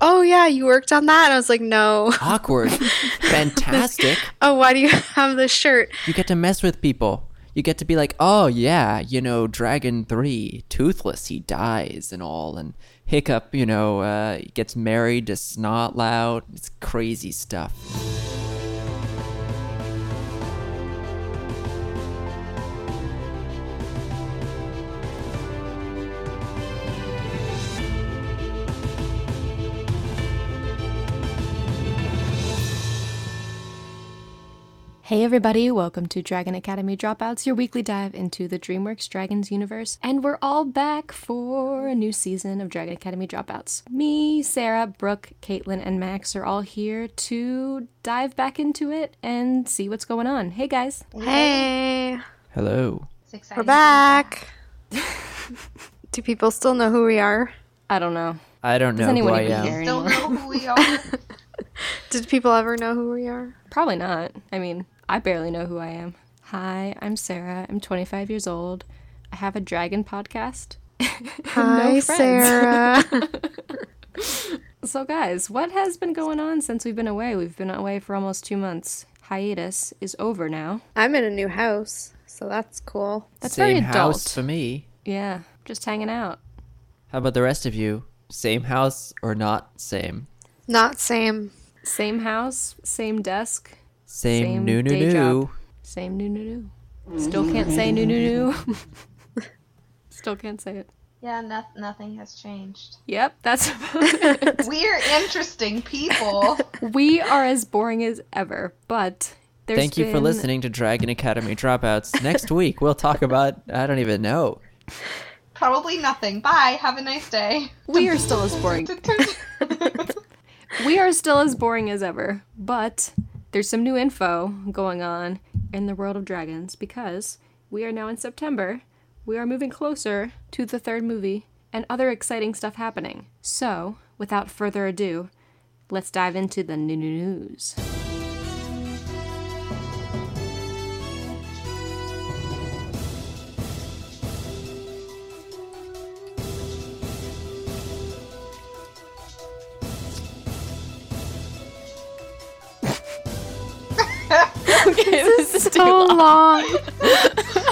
Oh, yeah, you worked on that? And I was like, no. Awkward. Fantastic. Oh, why do you have this shirt? You get to mess with people. You get to be like, oh yeah, you know, Dragon Three, Toothless, he dies and all, and Hiccup, you know, uh, gets married to Snotlout. It's crazy stuff. Hey, everybody, welcome to Dragon Academy Dropouts, your weekly dive into the DreamWorks Dragons universe. And we're all back for a new season of Dragon Academy Dropouts. Me, Sarah, Brooke, Caitlin, and Max are all here to dive back into it and see what's going on. Hey, guys. Mm-hmm. Hey, Hello. It's exciting. we're back. do people still know who we are? I don't know. I don't know Does anyone who I even am. care Don't anymore? know who we are. Did people ever know who we are? Probably not. I mean, I barely know who I am. Hi, I'm Sarah. I'm 25 years old. I have a dragon podcast. Hi, Sarah. So, guys, what has been going on since we've been away? We've been away for almost two months. Hiatus is over now. I'm in a new house, so that's cool. That's Same very adult. house for me. Yeah, just hanging out. How about the rest of you? Same house or not same? Not same. Same house, same desk, Same, Same new new day new. job. same new new new. Still can't say new new new. Still can't say it. yeah, no- nothing has changed. Yep, that's about it. We're interesting people. we are as boring as ever, but there's Thank you for been- listening to Dragon Academy Dropouts. Next week we'll talk about I don't even know. Probably nothing. Bye. Have a nice day. We are still as boring. We are still as boring as ever, but there's some new info going on in the world of dragons because we are now in September. We are moving closer to the third movie and other exciting stuff happening. So, without further ado, let's dive into the new news. Okay, this is So long.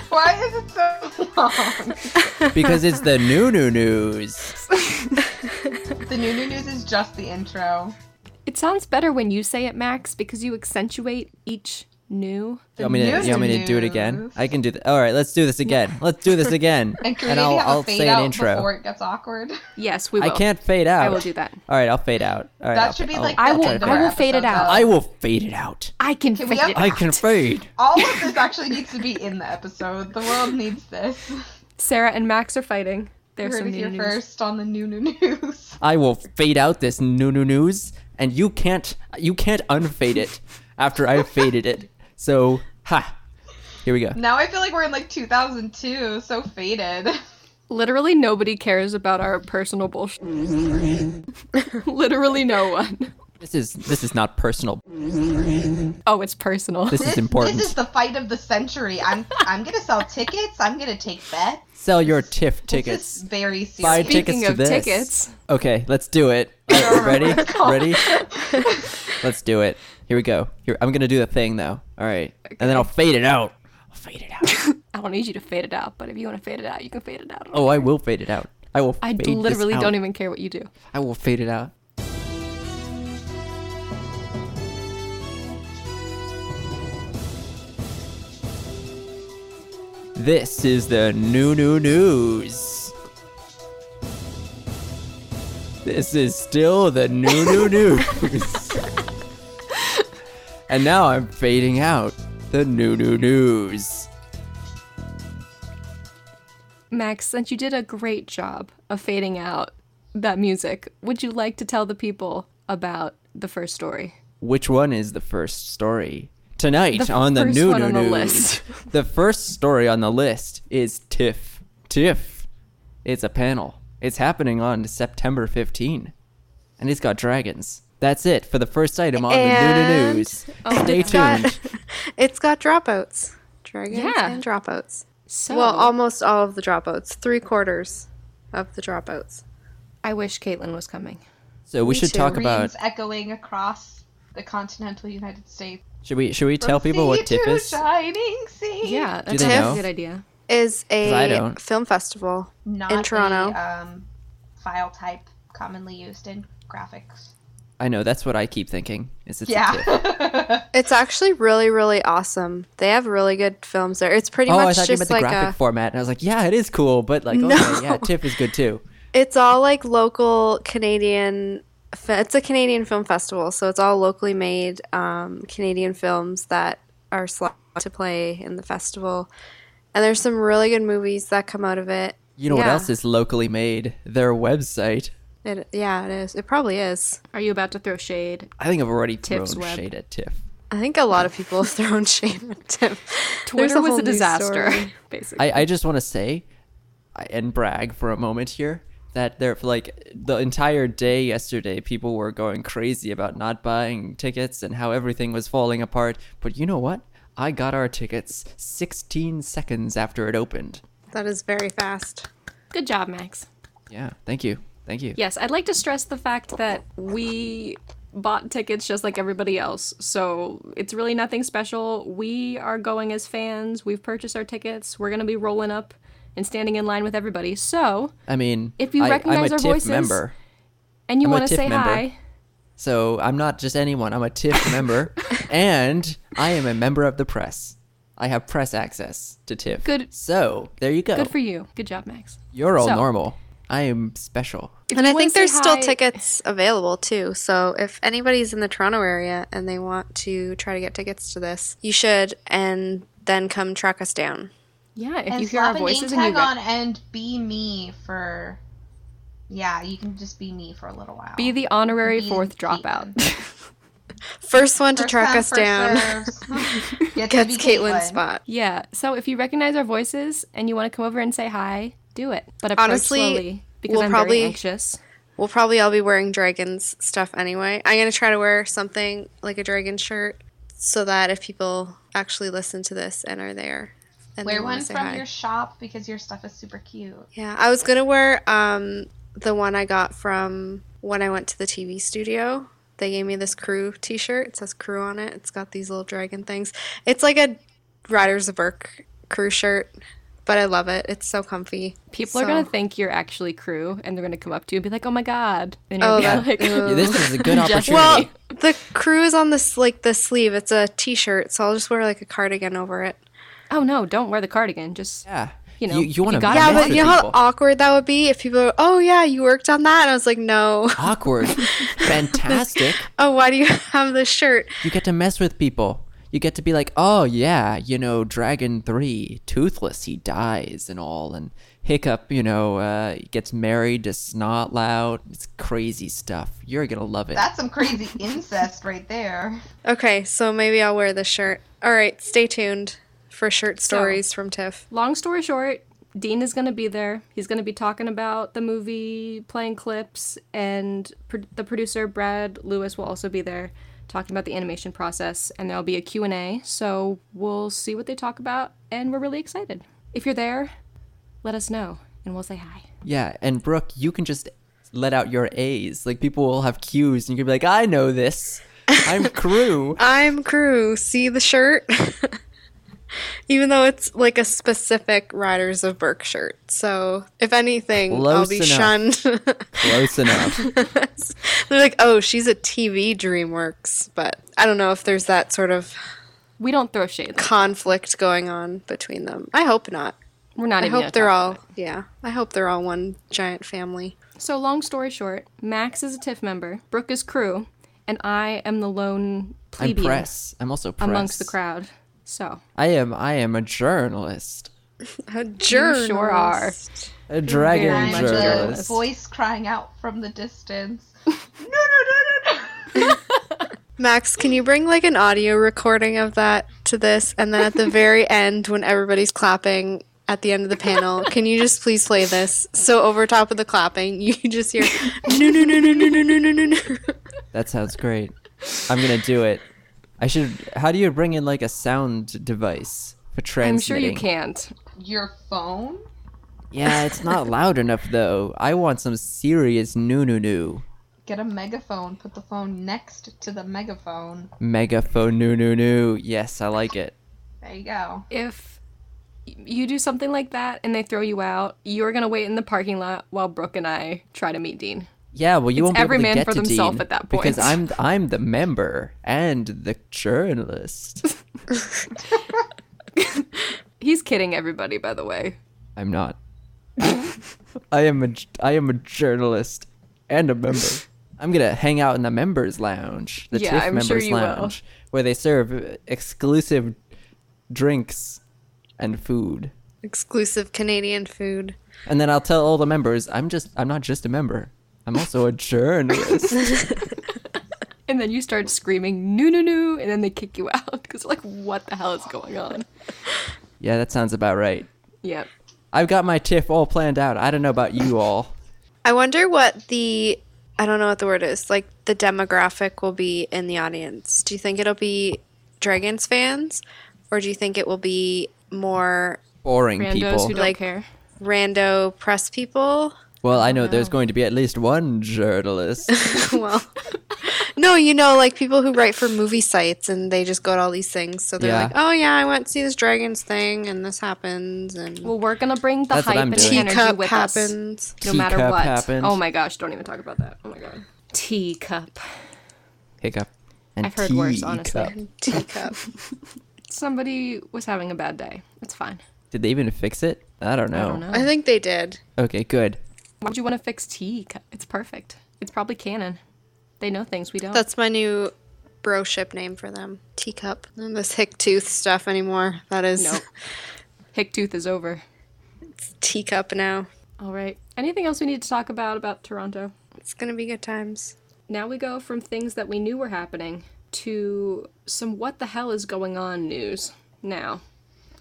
Why is it so long? Because it's the new new news. The new new news is just the intro. It sounds better when you say it, Max, because you accentuate each new. You want me to, you want me to do it again? I can do that. All right, let's do this again. Let's do this again. And can we maybe I'll, have I'll a fade say out an intro. before it gets awkward? Yes, we I will. can't fade out. I will do that. All right, I'll fade out. All right, That I'll- should be I'll- like. I the will- end of I our will fade it episode, out. though. I will fade it out. I can, Can we fade it. have- I can fade. All of this actually needs to be in the episode. The world needs this. Sarah and Max are fighting. There's Heard some it new here news. first on the new new news. I will fade out this new new news, and you can't you can't unfade it after I've faded it. So ha, here we go. Now I feel like we're in like 2002. So faded. Literally nobody cares about our personal bullshit. Literally no one. This is this is not personal. Oh, it's personal. This is important. This is the fight of the century. I'm I'm gonna sell tickets. I'm gonna take bets. Sell your TIFF This is tickets. very serious. Buy tickets Speaking to of this. tickets, Okay, let's do it. All right, ready? ready? Let's do it. Here we go. Here, I'm gonna do the thing though. All right, and then I'll fade it out. I'll fade it out. I don't need you to fade it out, but if you want to fade it out, you can fade it out. oh, I will fade it out. I will. I fade this literally out. don't even care what you do. I will fade it out. This is the new new news. This is still the new new news. and now I'm fading out the new new news. Max, since you did a great job of fading out that music, would you like to tell the people about the first story? Which one is the first story? Tonight The on the first new one new on the news. list. the first story on the list is TIFF. TIFF. It's a panel. It's happening on September 15. And it's got dragons. That's it for the first item on the new, new And- oh news. Stay it's got- tuned. It's got dropouts. Dragons Yeah. and dropouts. So Well, almost all of the dropouts. Three quarters of the dropouts. I wish Caitlin was coming. So we Me should too. talk about. Reams echoing across the continental United States. Should we should we tell The people sea what TIFF to is? Shining sea. Yeah, that's they a know? good idea. Is 'Cause I a don't. film festival. Not In Toronto. a, um, file type commonly used in graphics. I know that's what I keep thinking. Is it's a TIFF. Yeah. It's actually really, really awesome. They have really good films there. It's pretty Oh, I much thought you meant just the like graphic a. format, and I was like, yeah, it is cool, but like, No. okay, yeah, TIFF is good too. It's all like local Canadian. fe- It's a Canadian film festival, so it's all locally made um, Canadian films that are slot to play in the festival. And there's some really good movies that come out of it. You know what Yeah. else is locally made? Their website. It, yeah, it is. It probably is. Are you about to throw shade? I think I've already Tiff's thrown web. shade at TIFF. I think a lot of people have thrown shade at Tim. There's Twitter was whole a news disaster, story. basically. I, I just want to say I- and brag for a moment here that there for like the entire day yesterday people were going crazy about not buying tickets and how everything was falling apart but you know what i got our tickets 16 seconds after it opened That is very fast. Good job, Max. yeah thank you thank you Yes, I'd like to stress the fact that we bought tickets just like everybody else. So it's really nothing special. We are going as fans. We've purchased our tickets. We're going to be rolling up and standing in line with everybody. So, i mean If you I, recognize i'm a our tiff voices- member and you I'm a want to TIFF say member. hi. so i'm not just anyone i'm a tiff member and i am a member of the press i have press access to tiff Good- so there you go Good for you. Good job, Max. you're all So- normal i am special If And you I wanna think say there's still hi- tickets available too. So if anybody's in the Toronto area and they want to try to get tickets to this, you should and then come track us down. Yeah, if and you hear slap our voices a and name you tag rec- on and be me for. Yeah, you can just be me for a little while. be the honorary Be fourth Caitlin. dropout. First one to First track come, us first down serves. Gets to gets be Caitlin's spot. yeah. So if you recognize our voices and you want to come over and say hi, do it. But approach Honestly, slowly because we'll I'm probably- very anxious. We'll probably all be wearing dragons stuff anyway. I'm gonna try to wear something like a dragon shirt so that if people actually listen to this and are there and they Wear want one to say from hi. your shop because your stuff is super cute. Yeah, I was gonna wear um the one I got from when I went to the TV studio. They gave me this crew T-shirt. It says crew on it. It's got these little dragon things. It's like a Riders of Burke crew shirt, but I love it. It's so comfy. People are So- gonna think you're actually crew, and they're gonna come up to you and be like, "Oh my god!" And Oh, you're gonna that- be like, ugh. Yeah, this is a good Just- opportunity. Well, the crew is on this like the sleeve. It's a T-shirt, so I'll just wear like a cardigan over it. "Oh no, don't wear the cardigan. Just yeah. you know, you, if you want to got Yeah, Yeah, but but you know how awkward that would be if people. Are, oh yeah, you worked on that. And I was like, no. awkward, fantastic. Oh, why do you have this shirt? You get to mess with people. You get to be like, oh yeah, you know, Dragon Three, Toothless, he dies and all, and Hiccup, you know, uh, gets married to Snotlout. It's crazy stuff. You're gonna love it. That's some crazy incest right there. Okay, so maybe I'll wear this shirt. All right, stay tuned for shirt stories from Tiff. long story short, Dean is going to be there. He's going to be talking about the movie, playing clips, and pro- the producer Brad Lewis will also be there talking about the animation process and there'll be a Q&A. So we'll see what they talk about and we're really excited. If you're there, let us know and we'll say hi. yeah, and Brooke, you can just let out your A's. Like people will have cues, and you can be like, I know this. I'm crew. I'm crew. See the shirt? Even though it's like a specific Riders of Burke shirt. So, if anything, I'll Close be enough. shunned. Close enough. They're like, oh, she's a TV DreamWorks. But I don't know if there's that sort of We don't throw shade. conflict going on between them. I hope not. We're not I even hope gonna they're talk all, yeah. I hope they're all one giant family. So, long story short, Max is a TIFF member, Brooke is crew, and I am the lone I'm plebeian press. I'm also press. amongst the crowd. So, I am. I am a journalist. A journalist. sure are. A dragon very I'm much the journalist. journalist. voice crying out from the distance. No, no, no, no, no. Max, can you bring like an audio recording of that to this? And then at the very end, when everybody's clapping at the end of the panel, can you just please play this? So over top of the clapping, you can just hear no, no, no, no, no, no, no, no, no, no. That sounds great. I'm gonna do it. I should. How do you bring in like a sound device for I'm sure transmitting? you can't. Your phone? Yeah, it's not loud enough though. I want some serious noo noo noo. Get a megaphone. Put the phone next to the megaphone. Megaphone, no, no, no. Yes, I like it. There you go. If y- you do something like that and they throw you out, you're gonna wait in the parking lot while Brooke and I try to meet Dean. Yeah, well, you won't be every able to man get for to themself Dean at that because point. I'm I'm the member and the journalist. He's kidding everybody, by the way. I'm not. I am a j- I am a journalist and a member. I'm gonna hang out in the members lounge, the Yeah, TIFF I'm members sure you will. lounge, where they serve uh, exclusive drinks and food. Exclusive Canadian food. And then I'll tell all the members, I'm just I'm not just a member. I'm also a journalist. And then you start screaming, no, no, no, and then they kick you out because, like, what the hell is going on? yeah, that sounds about right. Yep. I've got my TIFF all planned out. I don't know about you all. I wonder what the I don't know what the word is. Like the demographic will be in the audience. Do you think it'll be Dragons fans or do you think it will be more Boring Randos people. who don't Like- care. rando press people? Well, I know there's going to be at least one journalist. well, no, you know, like people who write for movie sites and they just go to all these things. So they're Yeah. like, oh yeah, I went to see this dragons thing, and this happens, and Well, we're gonna bring the That's what hype I'm and doing. energy teacup with us, happens. no matter Teacup what. happened. Oh my gosh, don't even talk about that. Oh my god. Teacup. Hiccup. And I've heard worse, teacup. honestly. Teacup. Somebody was having a bad day. It's fine. Did they even fix it? I don't know. I don't know. I think they did. Okay, good. Why would you want to fix teacup? It's perfect. It's probably canon. They know things we don't. That's my new broship name for them. Teacup. None of this hick tooth stuff anymore. That is Nope. Hicktooth is over. teacup now. All right. Anything else we need to talk about about Toronto? It's gonna be good times. Now we go from things that we knew were happening to some what the hell is going on news. Now,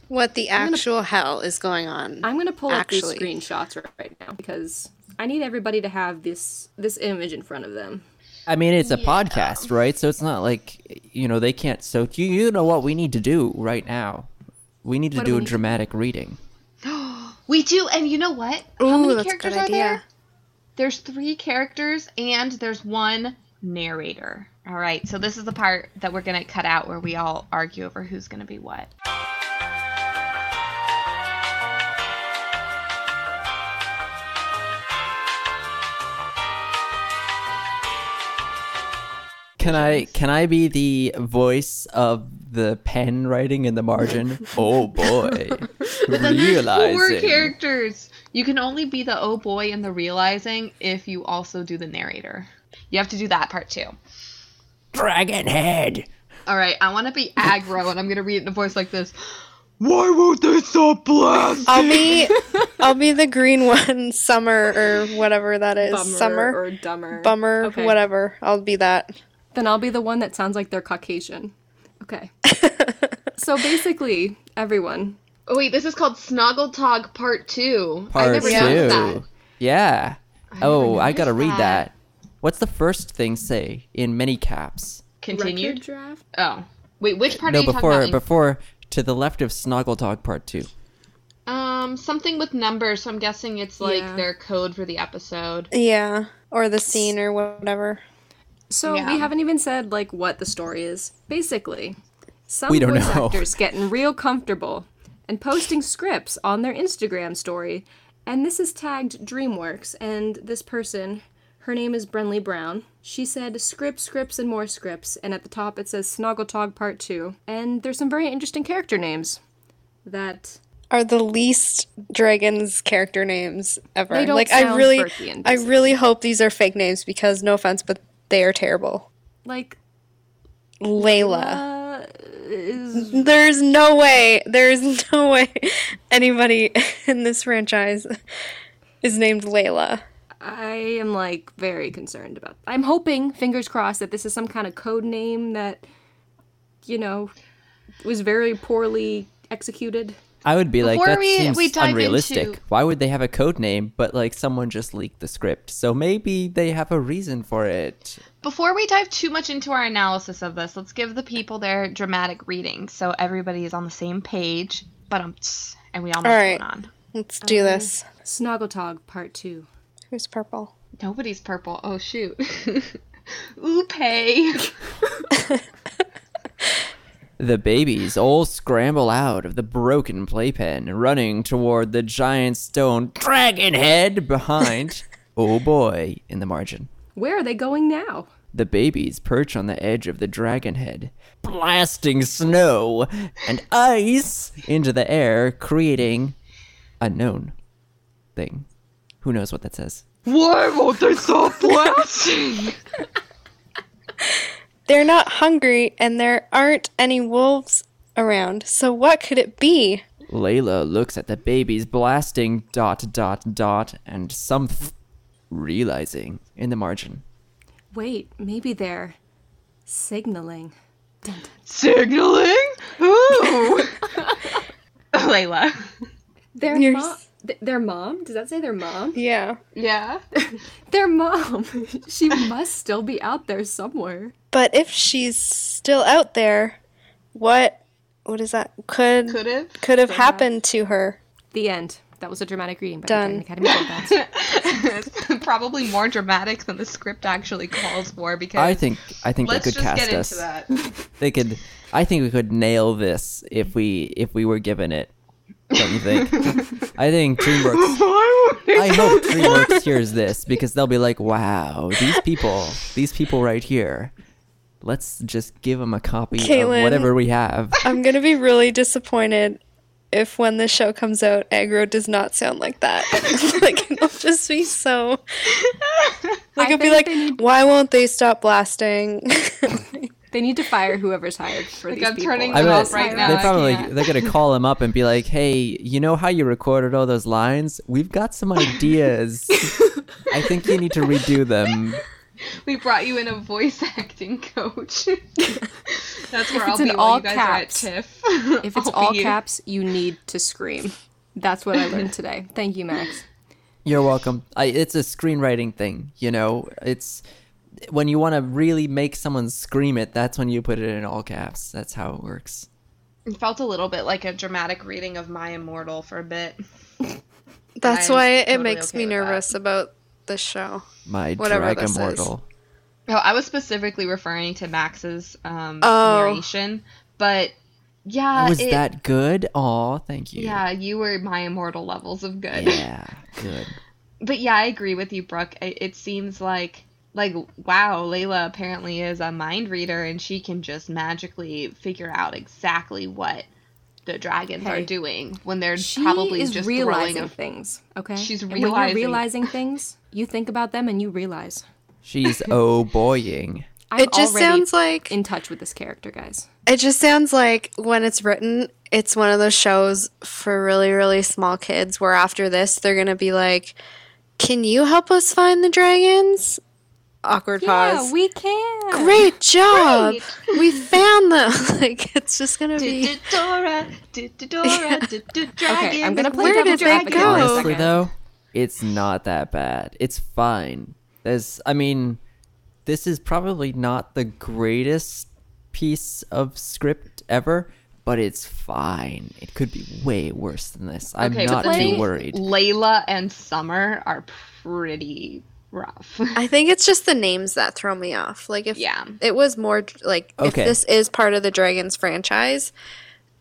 What the actual hell is going on? I'm going to pull up Actually. these screenshots right, right now because I need everybody to have this this image in front of them. I mean, it's a podcast, right? So it's not like, you know, they can't. So you, you know what we need to do right now? We need to do do we a need to dramatic reading. We do, and you know what? How Ooh, many that's a good characters are idea. there? There's three characters, and there's one narrator. All right, so this is the part that we're gonna cut out where we all argue over who's gonna be what. Can I can I be the voice of the pen writing in the margin? oh boy, Four realizing characters. You can only be the oh boy and the realizing if you also do the narrator. You have to do that part too. dragon head. All right, I want to be aggro, and I'm gonna read it in a voice like this. Why won't they stop blasting? I'll be I'll be the green one, summer or whatever that is. summer or dumber. bummer, Okay. whatever. I'll be that. Then I'll be the one that sounds like they're Caucasian. Okay. so basically, everyone, Oh wait, this is called Snoggle Tog Part Two. I Part never two. noticed that. Yeah. oh, I noticed gotta read that. that. What's the first thing say in many caps? record Continued. draft. Oh wait, which part no, are you before talking about? before to the left of Snoggle Dog Part Two. um, something with numbers. So I'm guessing it's like Yeah. their code for the episode. Yeah. Or the scene or whatever. So Yeah. we haven't even said like what the story is. Basically, some We don't voice know. actors getting real comfortable and posting scripts on their Instagram story, and this is tagged DreamWorks. And this person, her name is Brenly Brown. She said scripts, scripts, and more scripts. And at the top it says Snoggletog Part Two. And there's some very interesting character names that Are the least dragons character names ever. They don't like I sound really Burkean, I really hope these are fake names because no offense, but they are terrible. like Layla. uh, is There's no way. There's no way anybody in this franchise is named Layla. I am like very concerned about. I'm hoping, fingers crossed, that this is some kind of code name that, you know, was very poorly executed. I would be like, Before that we- seems we dive unrealistic. into- Why would they have a code name? But like, someone just leaked the script, so maybe they have a reason for it. Before we dive too much into our analysis of this, let's give the people their dramatic reading so everybody is on the same page. But um, and we all know All what's right. Um, going on. Let's do this. Snoggletog Part Two. Who's purple? Nobody's purple. Oh shoot. Oopay. The babies all scramble out of the broken playpen, running toward the giant stone dragon head behind. oh boy, in the margin. Where are they going now? The babies perch on the edge of the dragon head, blasting snow and ice into the air, creating unknown thing. Who knows what that says? Why won't they stop blasting? They're not hungry and there aren't any wolves around. So what could it be? Layla looks at the babies blasting dot dot dot and some th- realizing in the margin. Wait, maybe they're signaling. Signaling? Ooh. Layla. Their You're mom. s- Their mom? Does that say their mom? Yeah. Yeah. Their mom. she must still be out there somewhere. But if she's still out there, what what is that? Could Could have. could have happened to her. The end. That was a dramatic reading by Done. the Dragon Academy Dropouts. Probably more dramatic than the script actually calls for because I think I think let's they could just cast get us. into that. They could. I think we could nail this if we if we were given it. Don't you think? I think DreamWorks. Why would they I hope DreamWorks hears this because they'll be like, "Wow, these people, these people right here. Let's just give them a copy Caitlin. of whatever we have." I'm gonna be really disappointed if when this show comes out, aggro does not sound like that. like it'll just be so. Like I it'll be think like, they need- why won't they stop blasting? They need to fire whoever's hired for these I'm people. turning I them bet off right now. they I probably can't. they're gonna call him up and be like, "Hey, you know how you recorded all those lines? We've got some ideas. I think you need to redo them." We brought you in a voice acting coach. That's where I'll in be while all you guys caps- are at TIFF. If it's I'll be all you. caps, you need to scream. That's what I learned today. Thank you, Max. You're welcome. I, it's a screenwriting thing, you know. It's when you want to really make someone scream it. That's when you put it in all caps. That's how it works. It felt a little bit like a dramatic reading of My Immortal for a bit. That's I'm why it totally makes okay me with that. nervous about this show. My Whatever drag this is. immortal. No, Oh, I was specifically referring to Max's um, Oh. narration, but Oh, yeah, Was Uh, it- that good? Aw, thank you. Yeah, you were my immortal levels of good. Yeah, good. But yeah, I agree with you, Brooke. It, it seems like like wow, Layla apparently is a mind reader and she can just magically figure out exactly what the dragons are Hey. doing when they're She probably is just realizing throwing a things. Okay, She's And when realizing- you're realizing things, you think about them and you realize. She's oh boying. I'm it just already sounds like in touch with this character, guys. It just sounds like when it's written, it's one of those shows for really, really small kids where after this, they're going to be like, Can you help us find the dragons? Awkward pause. Yeah, we can. Great job. We found them. like, it's just going to be. Dora, Dora, dragon. Okay, I'm gonna play where devil's did they advocate Oh, for go? Honestly a second. though, it's not that bad. It's fine. There's I mean, this is probably not the greatest piece of script ever, but it's fine. It could be way worse than this. I'm Okay, not but the too thing- worried. Layla and Summer are pretty rough. I think it's just the names that throw me off. Like, if Yeah. it was more like, Okay. if this is part of the dragons franchise,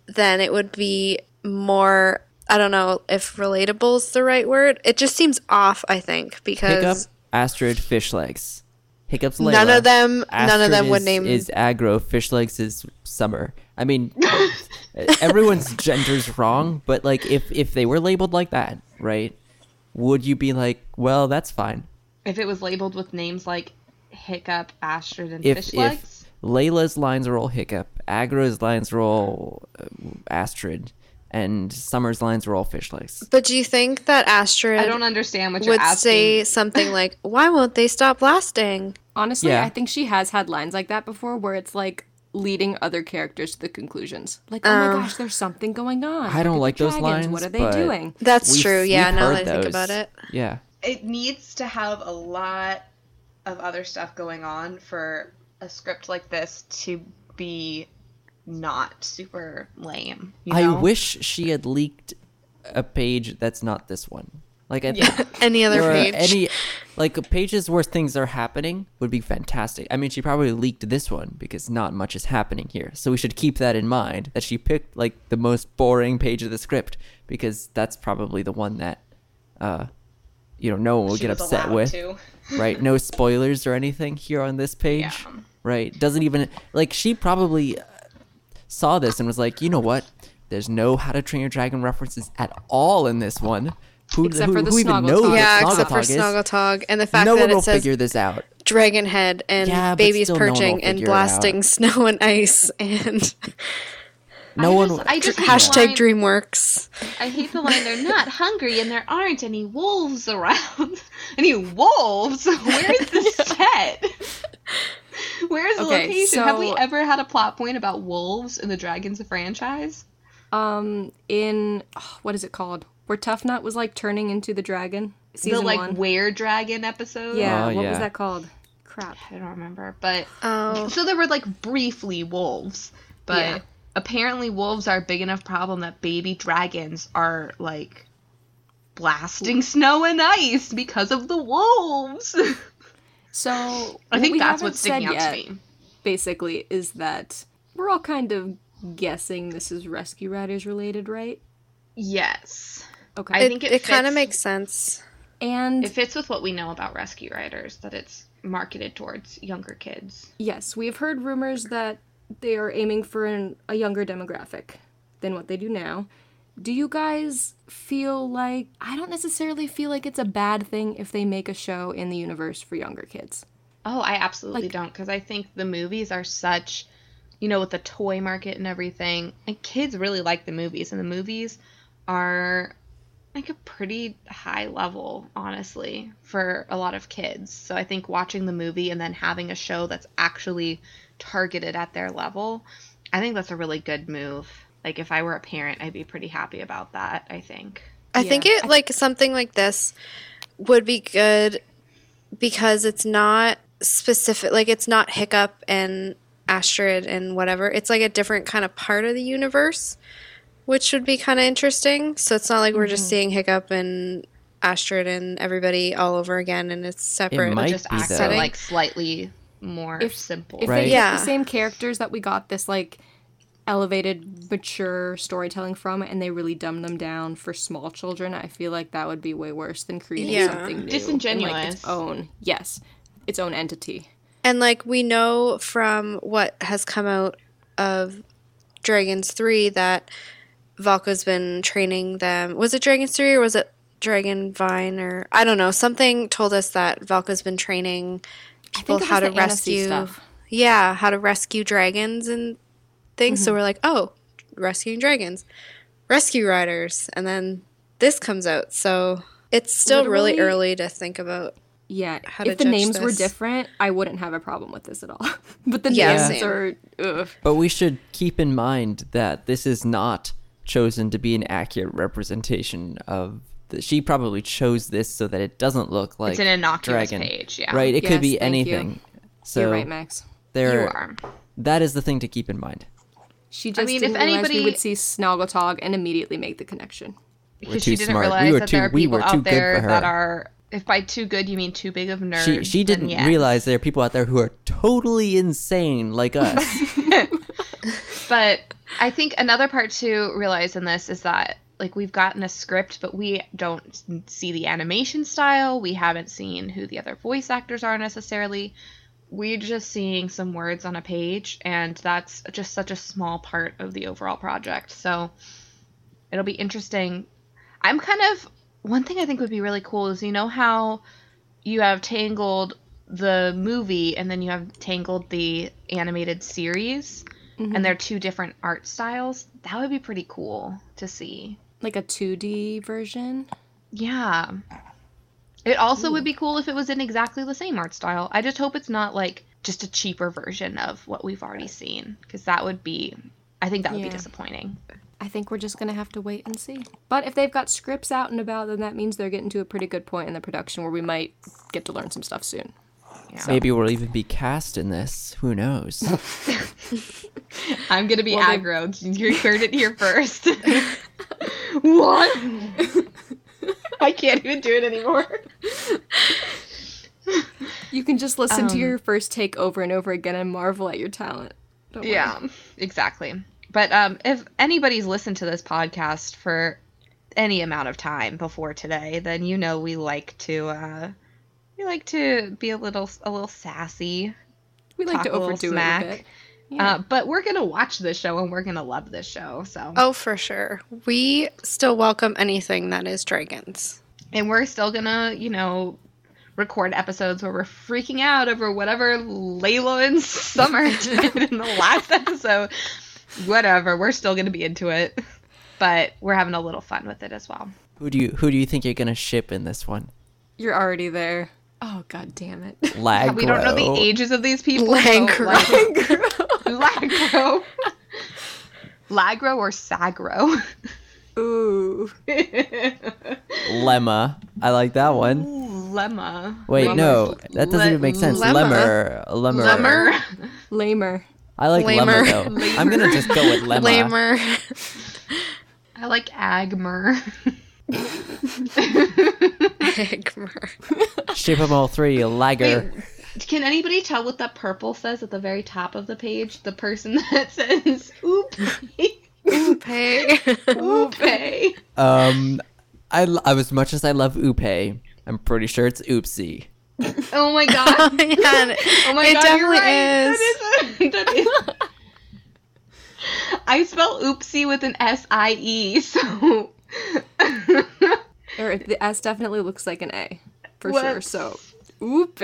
then it would be more. I don't know if relatable's the right word. It just seems off, I think, because. Hiccup, Astrid, Fishlegs. Hiccup's Layla. None of them- none of them Astrid would is- name- is aggro. Fishlegs is summer. I mean, everyone's gender's wrong, but like if if they were labeled like that, right? Would you be like, well, that's fine. if it was labeled with names like Hiccup, Astrid, and If Fish if Legs, Layla's lines are all Hiccup, Agro's lines are all uh, Astrid, and Summer's lines are all Fishlegs. But do you think that Astrid I don't understand what you're would asking. say something like, "Why won't they stop blasting?" Honestly, Yeah. I think she has had lines like that before, where it's like leading other characters to the conclusions. Like, oh my gosh, there's something going on. I don't Look like at the those dragons. lines, What are they but- doing? That's We've- true. Yeah, we've now heard that I think about those. it. Yeah. it needs to have a lot of other stuff going on for a script like this to be not super lame. you I know? wish she had leaked a page that's not this one. Like I think Any other or page? any Like pages where things are happening would be fantastic. I mean, she probably leaked this one because not much is happening here. So we should keep that in mind that she picked like the most boring page of the script because that's probably the one that, uh, you know, no one will She get was upset allowed with to. right? No spoilers or anything here on this page, Yeah. right? Doesn't even like she probably uh, saw this and was like, you know what? There's no How to Train Your Dragon references at all in this one. Who, Except who, for the who even Snoggletog. knows what yeah, except for Snoggletog is? Snoggletog and the fact no that one will it says figure this out. dragon head and Yeah, but babies still no one will perching and figure it out. blasting snow and ice and No I one. Just, will- I just hate the hashtag line- DreamWorks. I hate the line. They're not hungry, and there aren't any wolves around. any wolves? Where is the set? Where is the Okay, location? Have we so- ever had a plot point about wolves in the Dragons franchise? Um, in oh, what is it called? Where Tough Nut was like turning into the dragon. Season the like one. Where Dragon episode. yeah. Oh, what yeah. was that called? Crap. I don't remember, but Oh, so there were like briefly wolves, but Yeah. apparently wolves are a big enough problem that baby dragons are like blasting snow and ice because of the wolves. So I what think we that's haven't what's sticking said out yet, to me. Basically, is that we're all kind of guessing this is Rescue Riders related, right? Yes. Okay. I it, think it, it kind of fits. makes sense. and It fits with what we know about rescue riders that it's marketed towards younger kids. Yes, we have heard rumors that they are aiming for an, a younger demographic than what they do now. Do you guys feel like I don't necessarily feel like it's a bad thing if they make a show in the universe for younger kids? Oh, I absolutely Like- don't because I think the movies are such, you know, with the toy market and everything, like kids really like the movies, and the movies are like a pretty high level, honestly, for a lot of kids. So I think watching the movie and then having a show that's actually targeted at their level, I think that's a really good move. Like if I were a parent, I'd be pretty happy about that, I think. I think it like something like this would be good because it's not specific like it's not Hiccup and Astrid and whatever. It's like a different kind of part of the universe, which would be kind of interesting. So it's not like we're Mm-hmm. just seeing Hiccup and Astrid and everybody all over again and it's separate. might- Just be, act though. on, like slightly more If- simple. If Right. they get Yeah. the same characters that we got this like elevated mature storytelling from and they really dumb them down for small children, I feel like that would be way worse than creating Yeah. something new and, like, Disingenuous. its own. Yes. Its own entity. And like we know from what has come out of Dragons 3 that Valka's been training them. Was it Dragons 3 or was it Dragon Vine or I don't know. Something told us that Valka's been training people it was how to the Annecy rescue stuff. Yeah, how to rescue dragons and things. Mm-hmm. So we're like, "Oh, rescuing dragons. Rescue riders." And then this comes out. So it's still really Literally- early to think about. Yeah, how to if the judge names were this. different, I wouldn't have a problem with this at all. but the Yeah, names same. are ugh. But we should keep in mind that this is not chosen to be an accurate representation of. The, she probably chose this so that it doesn't look like an innocuous dragon. page, yeah. Right. It could Yes, be thank you. anything. So You're right, Max. there, you are. that is the thing to keep in mind. She just mean, if didn't realize we anybody- would see Snoggletog and immediately make the connection. because too she didn't smart. We realize were that too- there are we people were too out good there for that her. are if by too good you mean too big of nerds. She she then didn't yes. realize there are people out there who are totally insane like us. But I think another part to realize in this is that like we've gotten a script, but we don't s- see the animation style. We haven't seen who the other voice actors are necessarily. We're just seeing some words on a page, and that's just such a small part of the overall project. So it'll be interesting. I'm kind of one thing I think would be really cool is you know how you have Tangled the movie and then you have Tangled the animated series and they're two different art styles. That would be pretty cool to see. Like a 2D version. Yeah. It also would be cool if it was in exactly the same art style. I just hope it's not like just a cheaper version of what we've already seen because that would be I think that would Yeah. be disappointing. I think we're just gonna have to wait and see. But if they've got scripts out and about, then that means they're getting to a pretty good point in the production where we might get to learn some stuff soon. Maybe we'll even be cast in this. Who knows? I'm gonna be aggro. You heard it here first. what? I can't even do it anymore. You can just listen Um, to your first take over and over again and marvel at your talent. Don't worry. Yeah, exactly. But um, if anybody's listened to this podcast for any amount of time before today, then you know we like to uh, we like to be a little a little sassy, We like talk to a little overdo smack. it a bit. Yeah. uh, but we're gonna watch this show and we're gonna love this show. So Oh, for sure. We still welcome anything that is dragons. and we're still gonna you know record episodes where we're freaking out over whatever Layla and Summer did in the last episode. Whatever, we're still gonna be into it, but we're having a little fun with it as well. Who do you who do you think you're gonna ship in this one? You're already there. Oh god damn it. Lag. We don't know the ages of these people. so, Langro. like, Lagro. Lagro or Sagro. Ooh. Lemma. I like that one. Lemma. Wait, Lemma. no, that doesn't Le- even make sense. Lemmer. lemma. Lemmer. Lemmer. Lamer. I like lemma Lamer. though. I'm gonna just go with lemma. Lamer. I like Agmer. Agmer. Ship them all three. Lagger. Can anybody tell what that purple says at the very top of the page? The person that says oop. Pay. Oopay. Um, I l- I- as much as I love Upe, I'm pretty sure it's Oopsie. Oh my god. Oh, man. Oh my it god. definitely you're right. is. That is, a, that is. I spell oopsie with an S I E, so Or if the S definitely looks like an A. For What? sure. So Oope.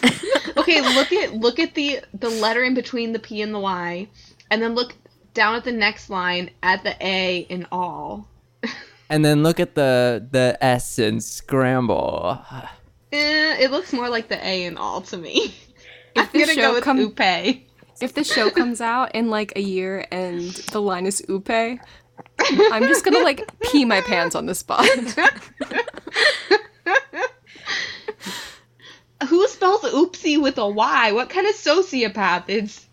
That's okay look at look at the the letter in between the p and the y and then look down at the next line at the a in all And then look at the the S in scramble. eh, it looks more like the a in all to me i'm this gonna show go with come- upe If the show comes out in like a year and the line is upe, I'm just gonna like pee my pants on the spot. who spells oopsie with a y what kind of sociopath it's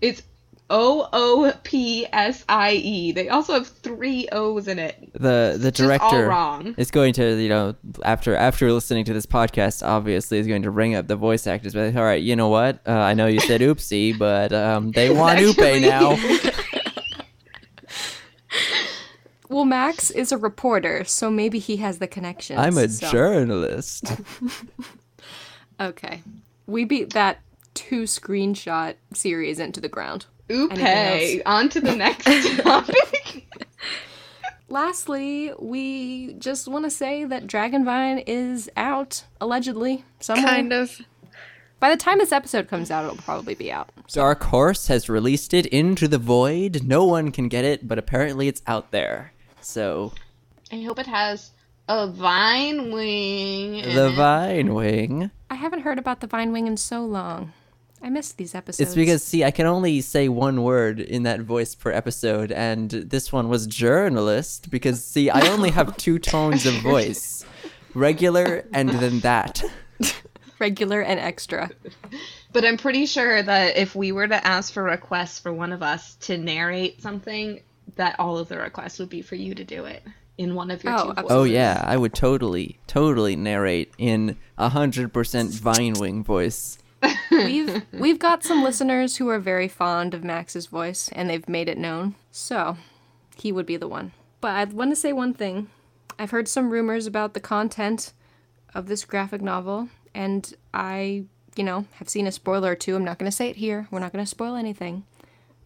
it's O O P S I E. They also have three O's in it. The the Just all director wrong. is going to you know after after listening to this podcast, obviously is going to ring up the voice actors. But all right, you know what? Uh, I know you said Oopsie, but um, they want Actually- Upe now. well, Max is a reporter, so maybe he has the connections. I'm a so- journalist. Okay. We beat that two screenshot series into the ground. Anything Oopay. On to the next topic. Lastly, we just want to say that Dragonvine is out, allegedly, somewhere. kind of. By the time this episode comes out, it'll probably be out. Dark Horse has released it into the void. No one can get it, but apparently it's out there. So I hope it has a vine wing. in the it. Vine Wing. I haven't heard about the Vine Wing in so long. I missed these episodes. It's because see, I can only say one word in that voice per episode, and this one was journalist because see, I only have two tones of voice, regular and then that. regular and extra. But I'm pretty sure that if we were to ask for requests for one of us to narrate something, that all of the requests would be for you to do it in one of your Oh, two voices. absolutely. Oh yeah, I would totally, totally narrate in a hundred percent Vine Wing voice. We've we've got some listeners who are very fond of Max's voice and they've made it known. So, he would be the one. But I want to say one thing. I've heard some rumors about the content of this graphic novel and I, you know, have seen a spoiler or two. I'm not going to say it here. We're not going to spoil anything.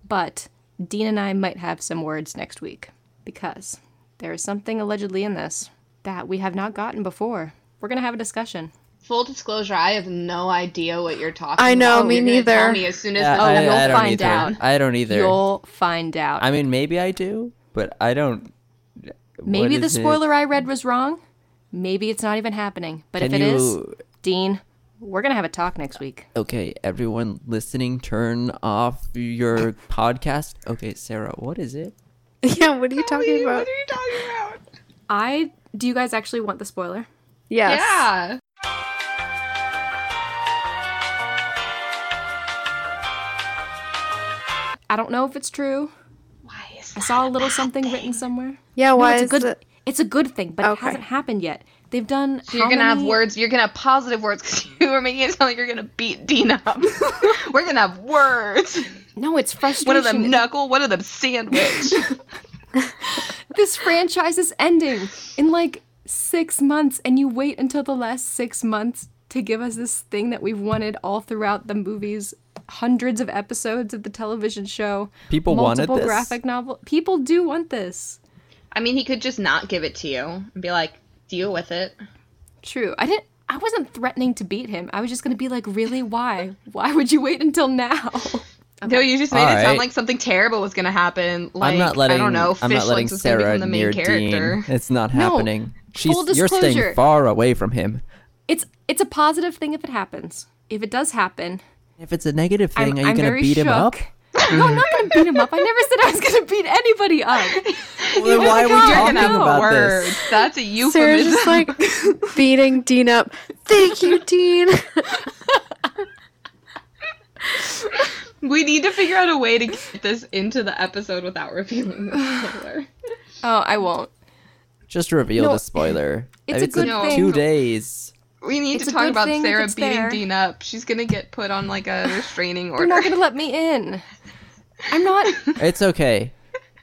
But Dean and I might have some words next week because there is something allegedly in this that we have not gotten before. We're going to have a discussion. Full disclosure, I have no idea what you're talking I know, about. me You're gonna neither. tell me as soon as I- the- I, Oh, you'll I don't find either. out. I don't either. You'll find out. I mean, maybe I do, but I don't. Maybe what the is it? spoiler I read was wrong. Maybe it's not even happening. But Can if it is, you- Dean, we're going to have a talk next week. Okay, everyone listening, turn off your podcast. Okay, Sarah, what is it? Yeah, what are you talking about? What are you talking about? I do you guys actually want the spoiler? Yes. Yeah. I don't know if it's true. Why is I saw a little something written somewhere. Yeah, No, why it's a is good it? it's a good thing, but it Okay. hasn't happened yet. They've done. So you're how gonna have many- words. You're gonna have positive words because you were making it sound like you're gonna beat Dean up. we're gonna have words. No, it's One frustrating. of them knuckle. One of them sandwich. this franchise is ending in like six months, and you wait until the last six months to give us this thing that we've wanted all throughout the movies, hundreds of episodes of the television show. People wanted multiple this? graphic novel. People do want this. I mean, he could just not give it to you and be like, deal with it. True. I didn't. I wasn't threatening to beat him. I was just gonna be like, really? Why? Why would you wait until now? No, you just made it Alright. sound like something terrible was gonna happen. Like, I'm not letting. I don't know. I'm not Fish letting legs was gonna Sarah become the main near character. Dean. It's not No. happening. She's Full you're disclosure. staying far away from him. It's it's a positive thing if it happens. If it does happen, If it's a negative I'm, thing, are you I'm gonna very beat shook. him up? no, I'm not gonna beat him up. I never said I was gonna beat anybody up. Well, then why are we Oh God, talking no. about Words. this? That's a euphemism. Sarah's just like beating Dean up. Thank you, Dean. we need to figure out a way to get this into the episode without revealing the spoiler. Oh, I won't. Just reveal No, the spoiler. it's I a mean, good No. thing. two days. We need It's to a talk good about thing if Sarah it's beating there. Dean up. She's gonna get put on like a restraining order. You're not gonna let me in. I'm not. It's okay.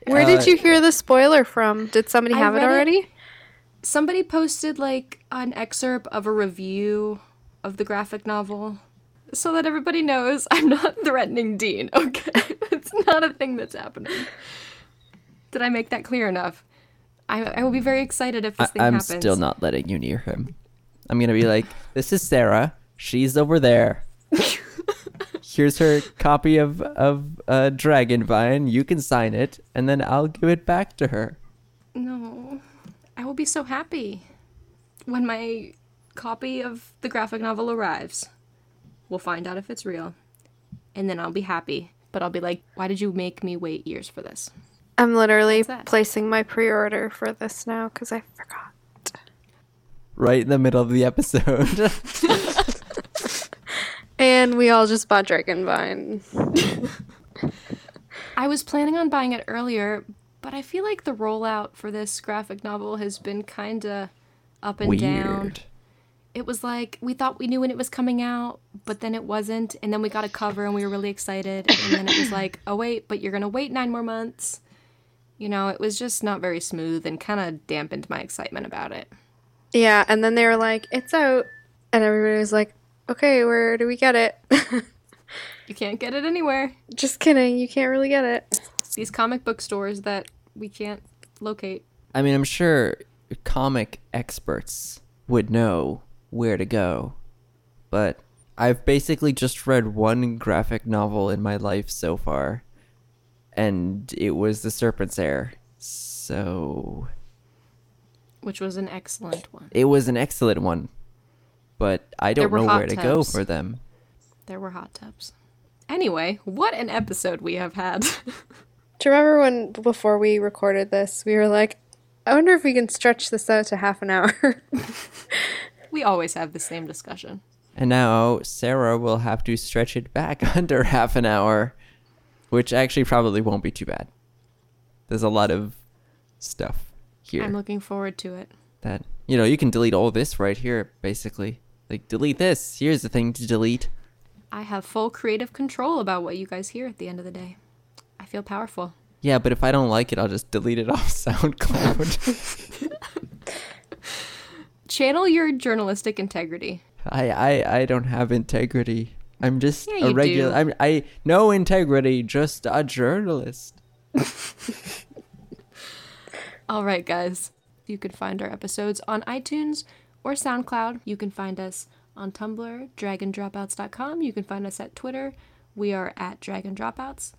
Where Uh, did you hear the spoiler from? Did somebody I have it read it. already? Somebody posted like an excerpt of a review of the graphic novel, so that everybody knows I'm not threatening Dean. Okay, it's not a thing that's happening. Did I make that clear enough? I, I will be very excited if this I- thing I'm happens. still not letting you near him. I'm gonna be like, this is Sarah. She's over there. Here's her copy of of uh, Dragon Vine. You can sign it, and then I'll give it back to her. No, I will be so happy when my copy of the graphic novel arrives. We'll find out if it's real, and then I'll be happy. But I'll be like, why did you make me wait years for this? I'm literally that? placing my pre-order for this now because I forgot. Right in the middle of the episode. And we all just bought Dragon Vine. I was planning on buying it earlier, but I feel like the rollout for this graphic novel has been kinda up and down. Weird. It was like we thought we knew when it was coming out, but then it wasn't, and then we got a cover and we were really excited, and then it was like, oh wait, but you're gonna wait nine more months. You know, it was just not very smooth and kind of dampened my excitement about it. Yeah, and then they were like, "It's out," and everybody was like, "Okay, where do we get it?" You can't get it anywhere. just kidding, you can't really get it. These comic book stores that we can't locate. I mean, I'm sure comic experts would know where to go, but I've basically just read one graphic novel in my life so far, and it was The Serpent's Heir. So Which was an excellent one. it was an excellent one, but I don't were know hot where to go tubs. for them. There were hot tubs. Anyway, what an episode we have had. Do you remember when before we recorded this, we were like, "I wonder if we can stretch this out to half an hour." we always have the same discussion. And now Sarah will have to stretch it back under half an hour, which actually probably won't be too bad. There's a lot of stuff here. I'm looking forward to it. that you know you can delete all this right here basically like delete this here's the thing to delete I have full creative control about what you guys hear at the end of the day. I feel powerful. yeah but if i don't like it i'll just delete it off soundcloud Channel your journalistic integrity. I, I i don't have integrity i'm just Yeah, you a regular do. i'm i no integrity just a journalist All right, guys. You can find our episodes on iTunes or SoundCloud. You can find us on Tumblr, dragondropouts.com. You can find us at Twitter. We are at dragondropouts.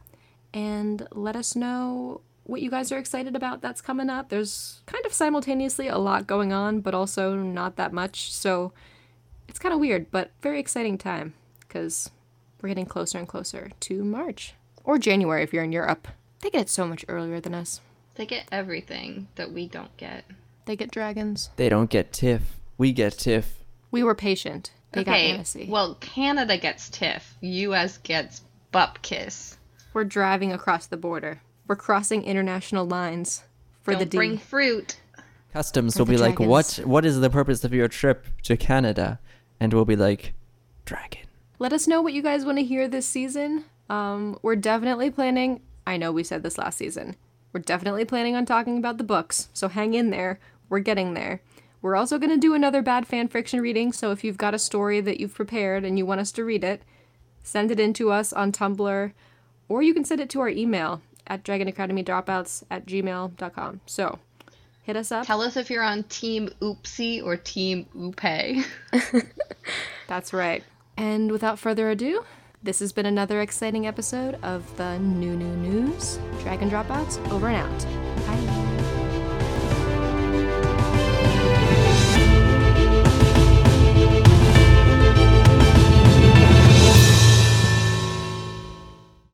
And let us know what you guys are excited about that's coming up. There's kind of simultaneously a lot going on, but also not that much. So it's kind of weird, but very exciting time because we're getting closer and closer to March or January if you're in Europe. They get it so much earlier than us. They get everything that we don't get. They get dragons. they don't get tiff we get tiff We were patient. They got okay. fantasy. Well, Canada gets TIFF. U.S. gets bup kiss. we're driving across the border. We're crossing international lines for don't the D. bring fruit. Customs Or will the be like, what? dragons. What is the purpose of your trip to Canada? And we'll be like, dragon. Let us know what you guys want to hear this season. Um, we're definitely planning. I know we said this last season. We're definitely planning on talking about the books, so hang in there. We're getting there. We're also going to do another bad fan fiction reading, so if you've got a story that you've prepared and you want us to read it, send it in to us on Tumblr, or you can send it to our email at dragonacademydropouts at gmail.com. So hit us up. Tell us if you're on Team Oopsie or Team Oopay. That's right. And without further ado, this has been another exciting episode of the New New News Dragon Dropouts over and out. Bye.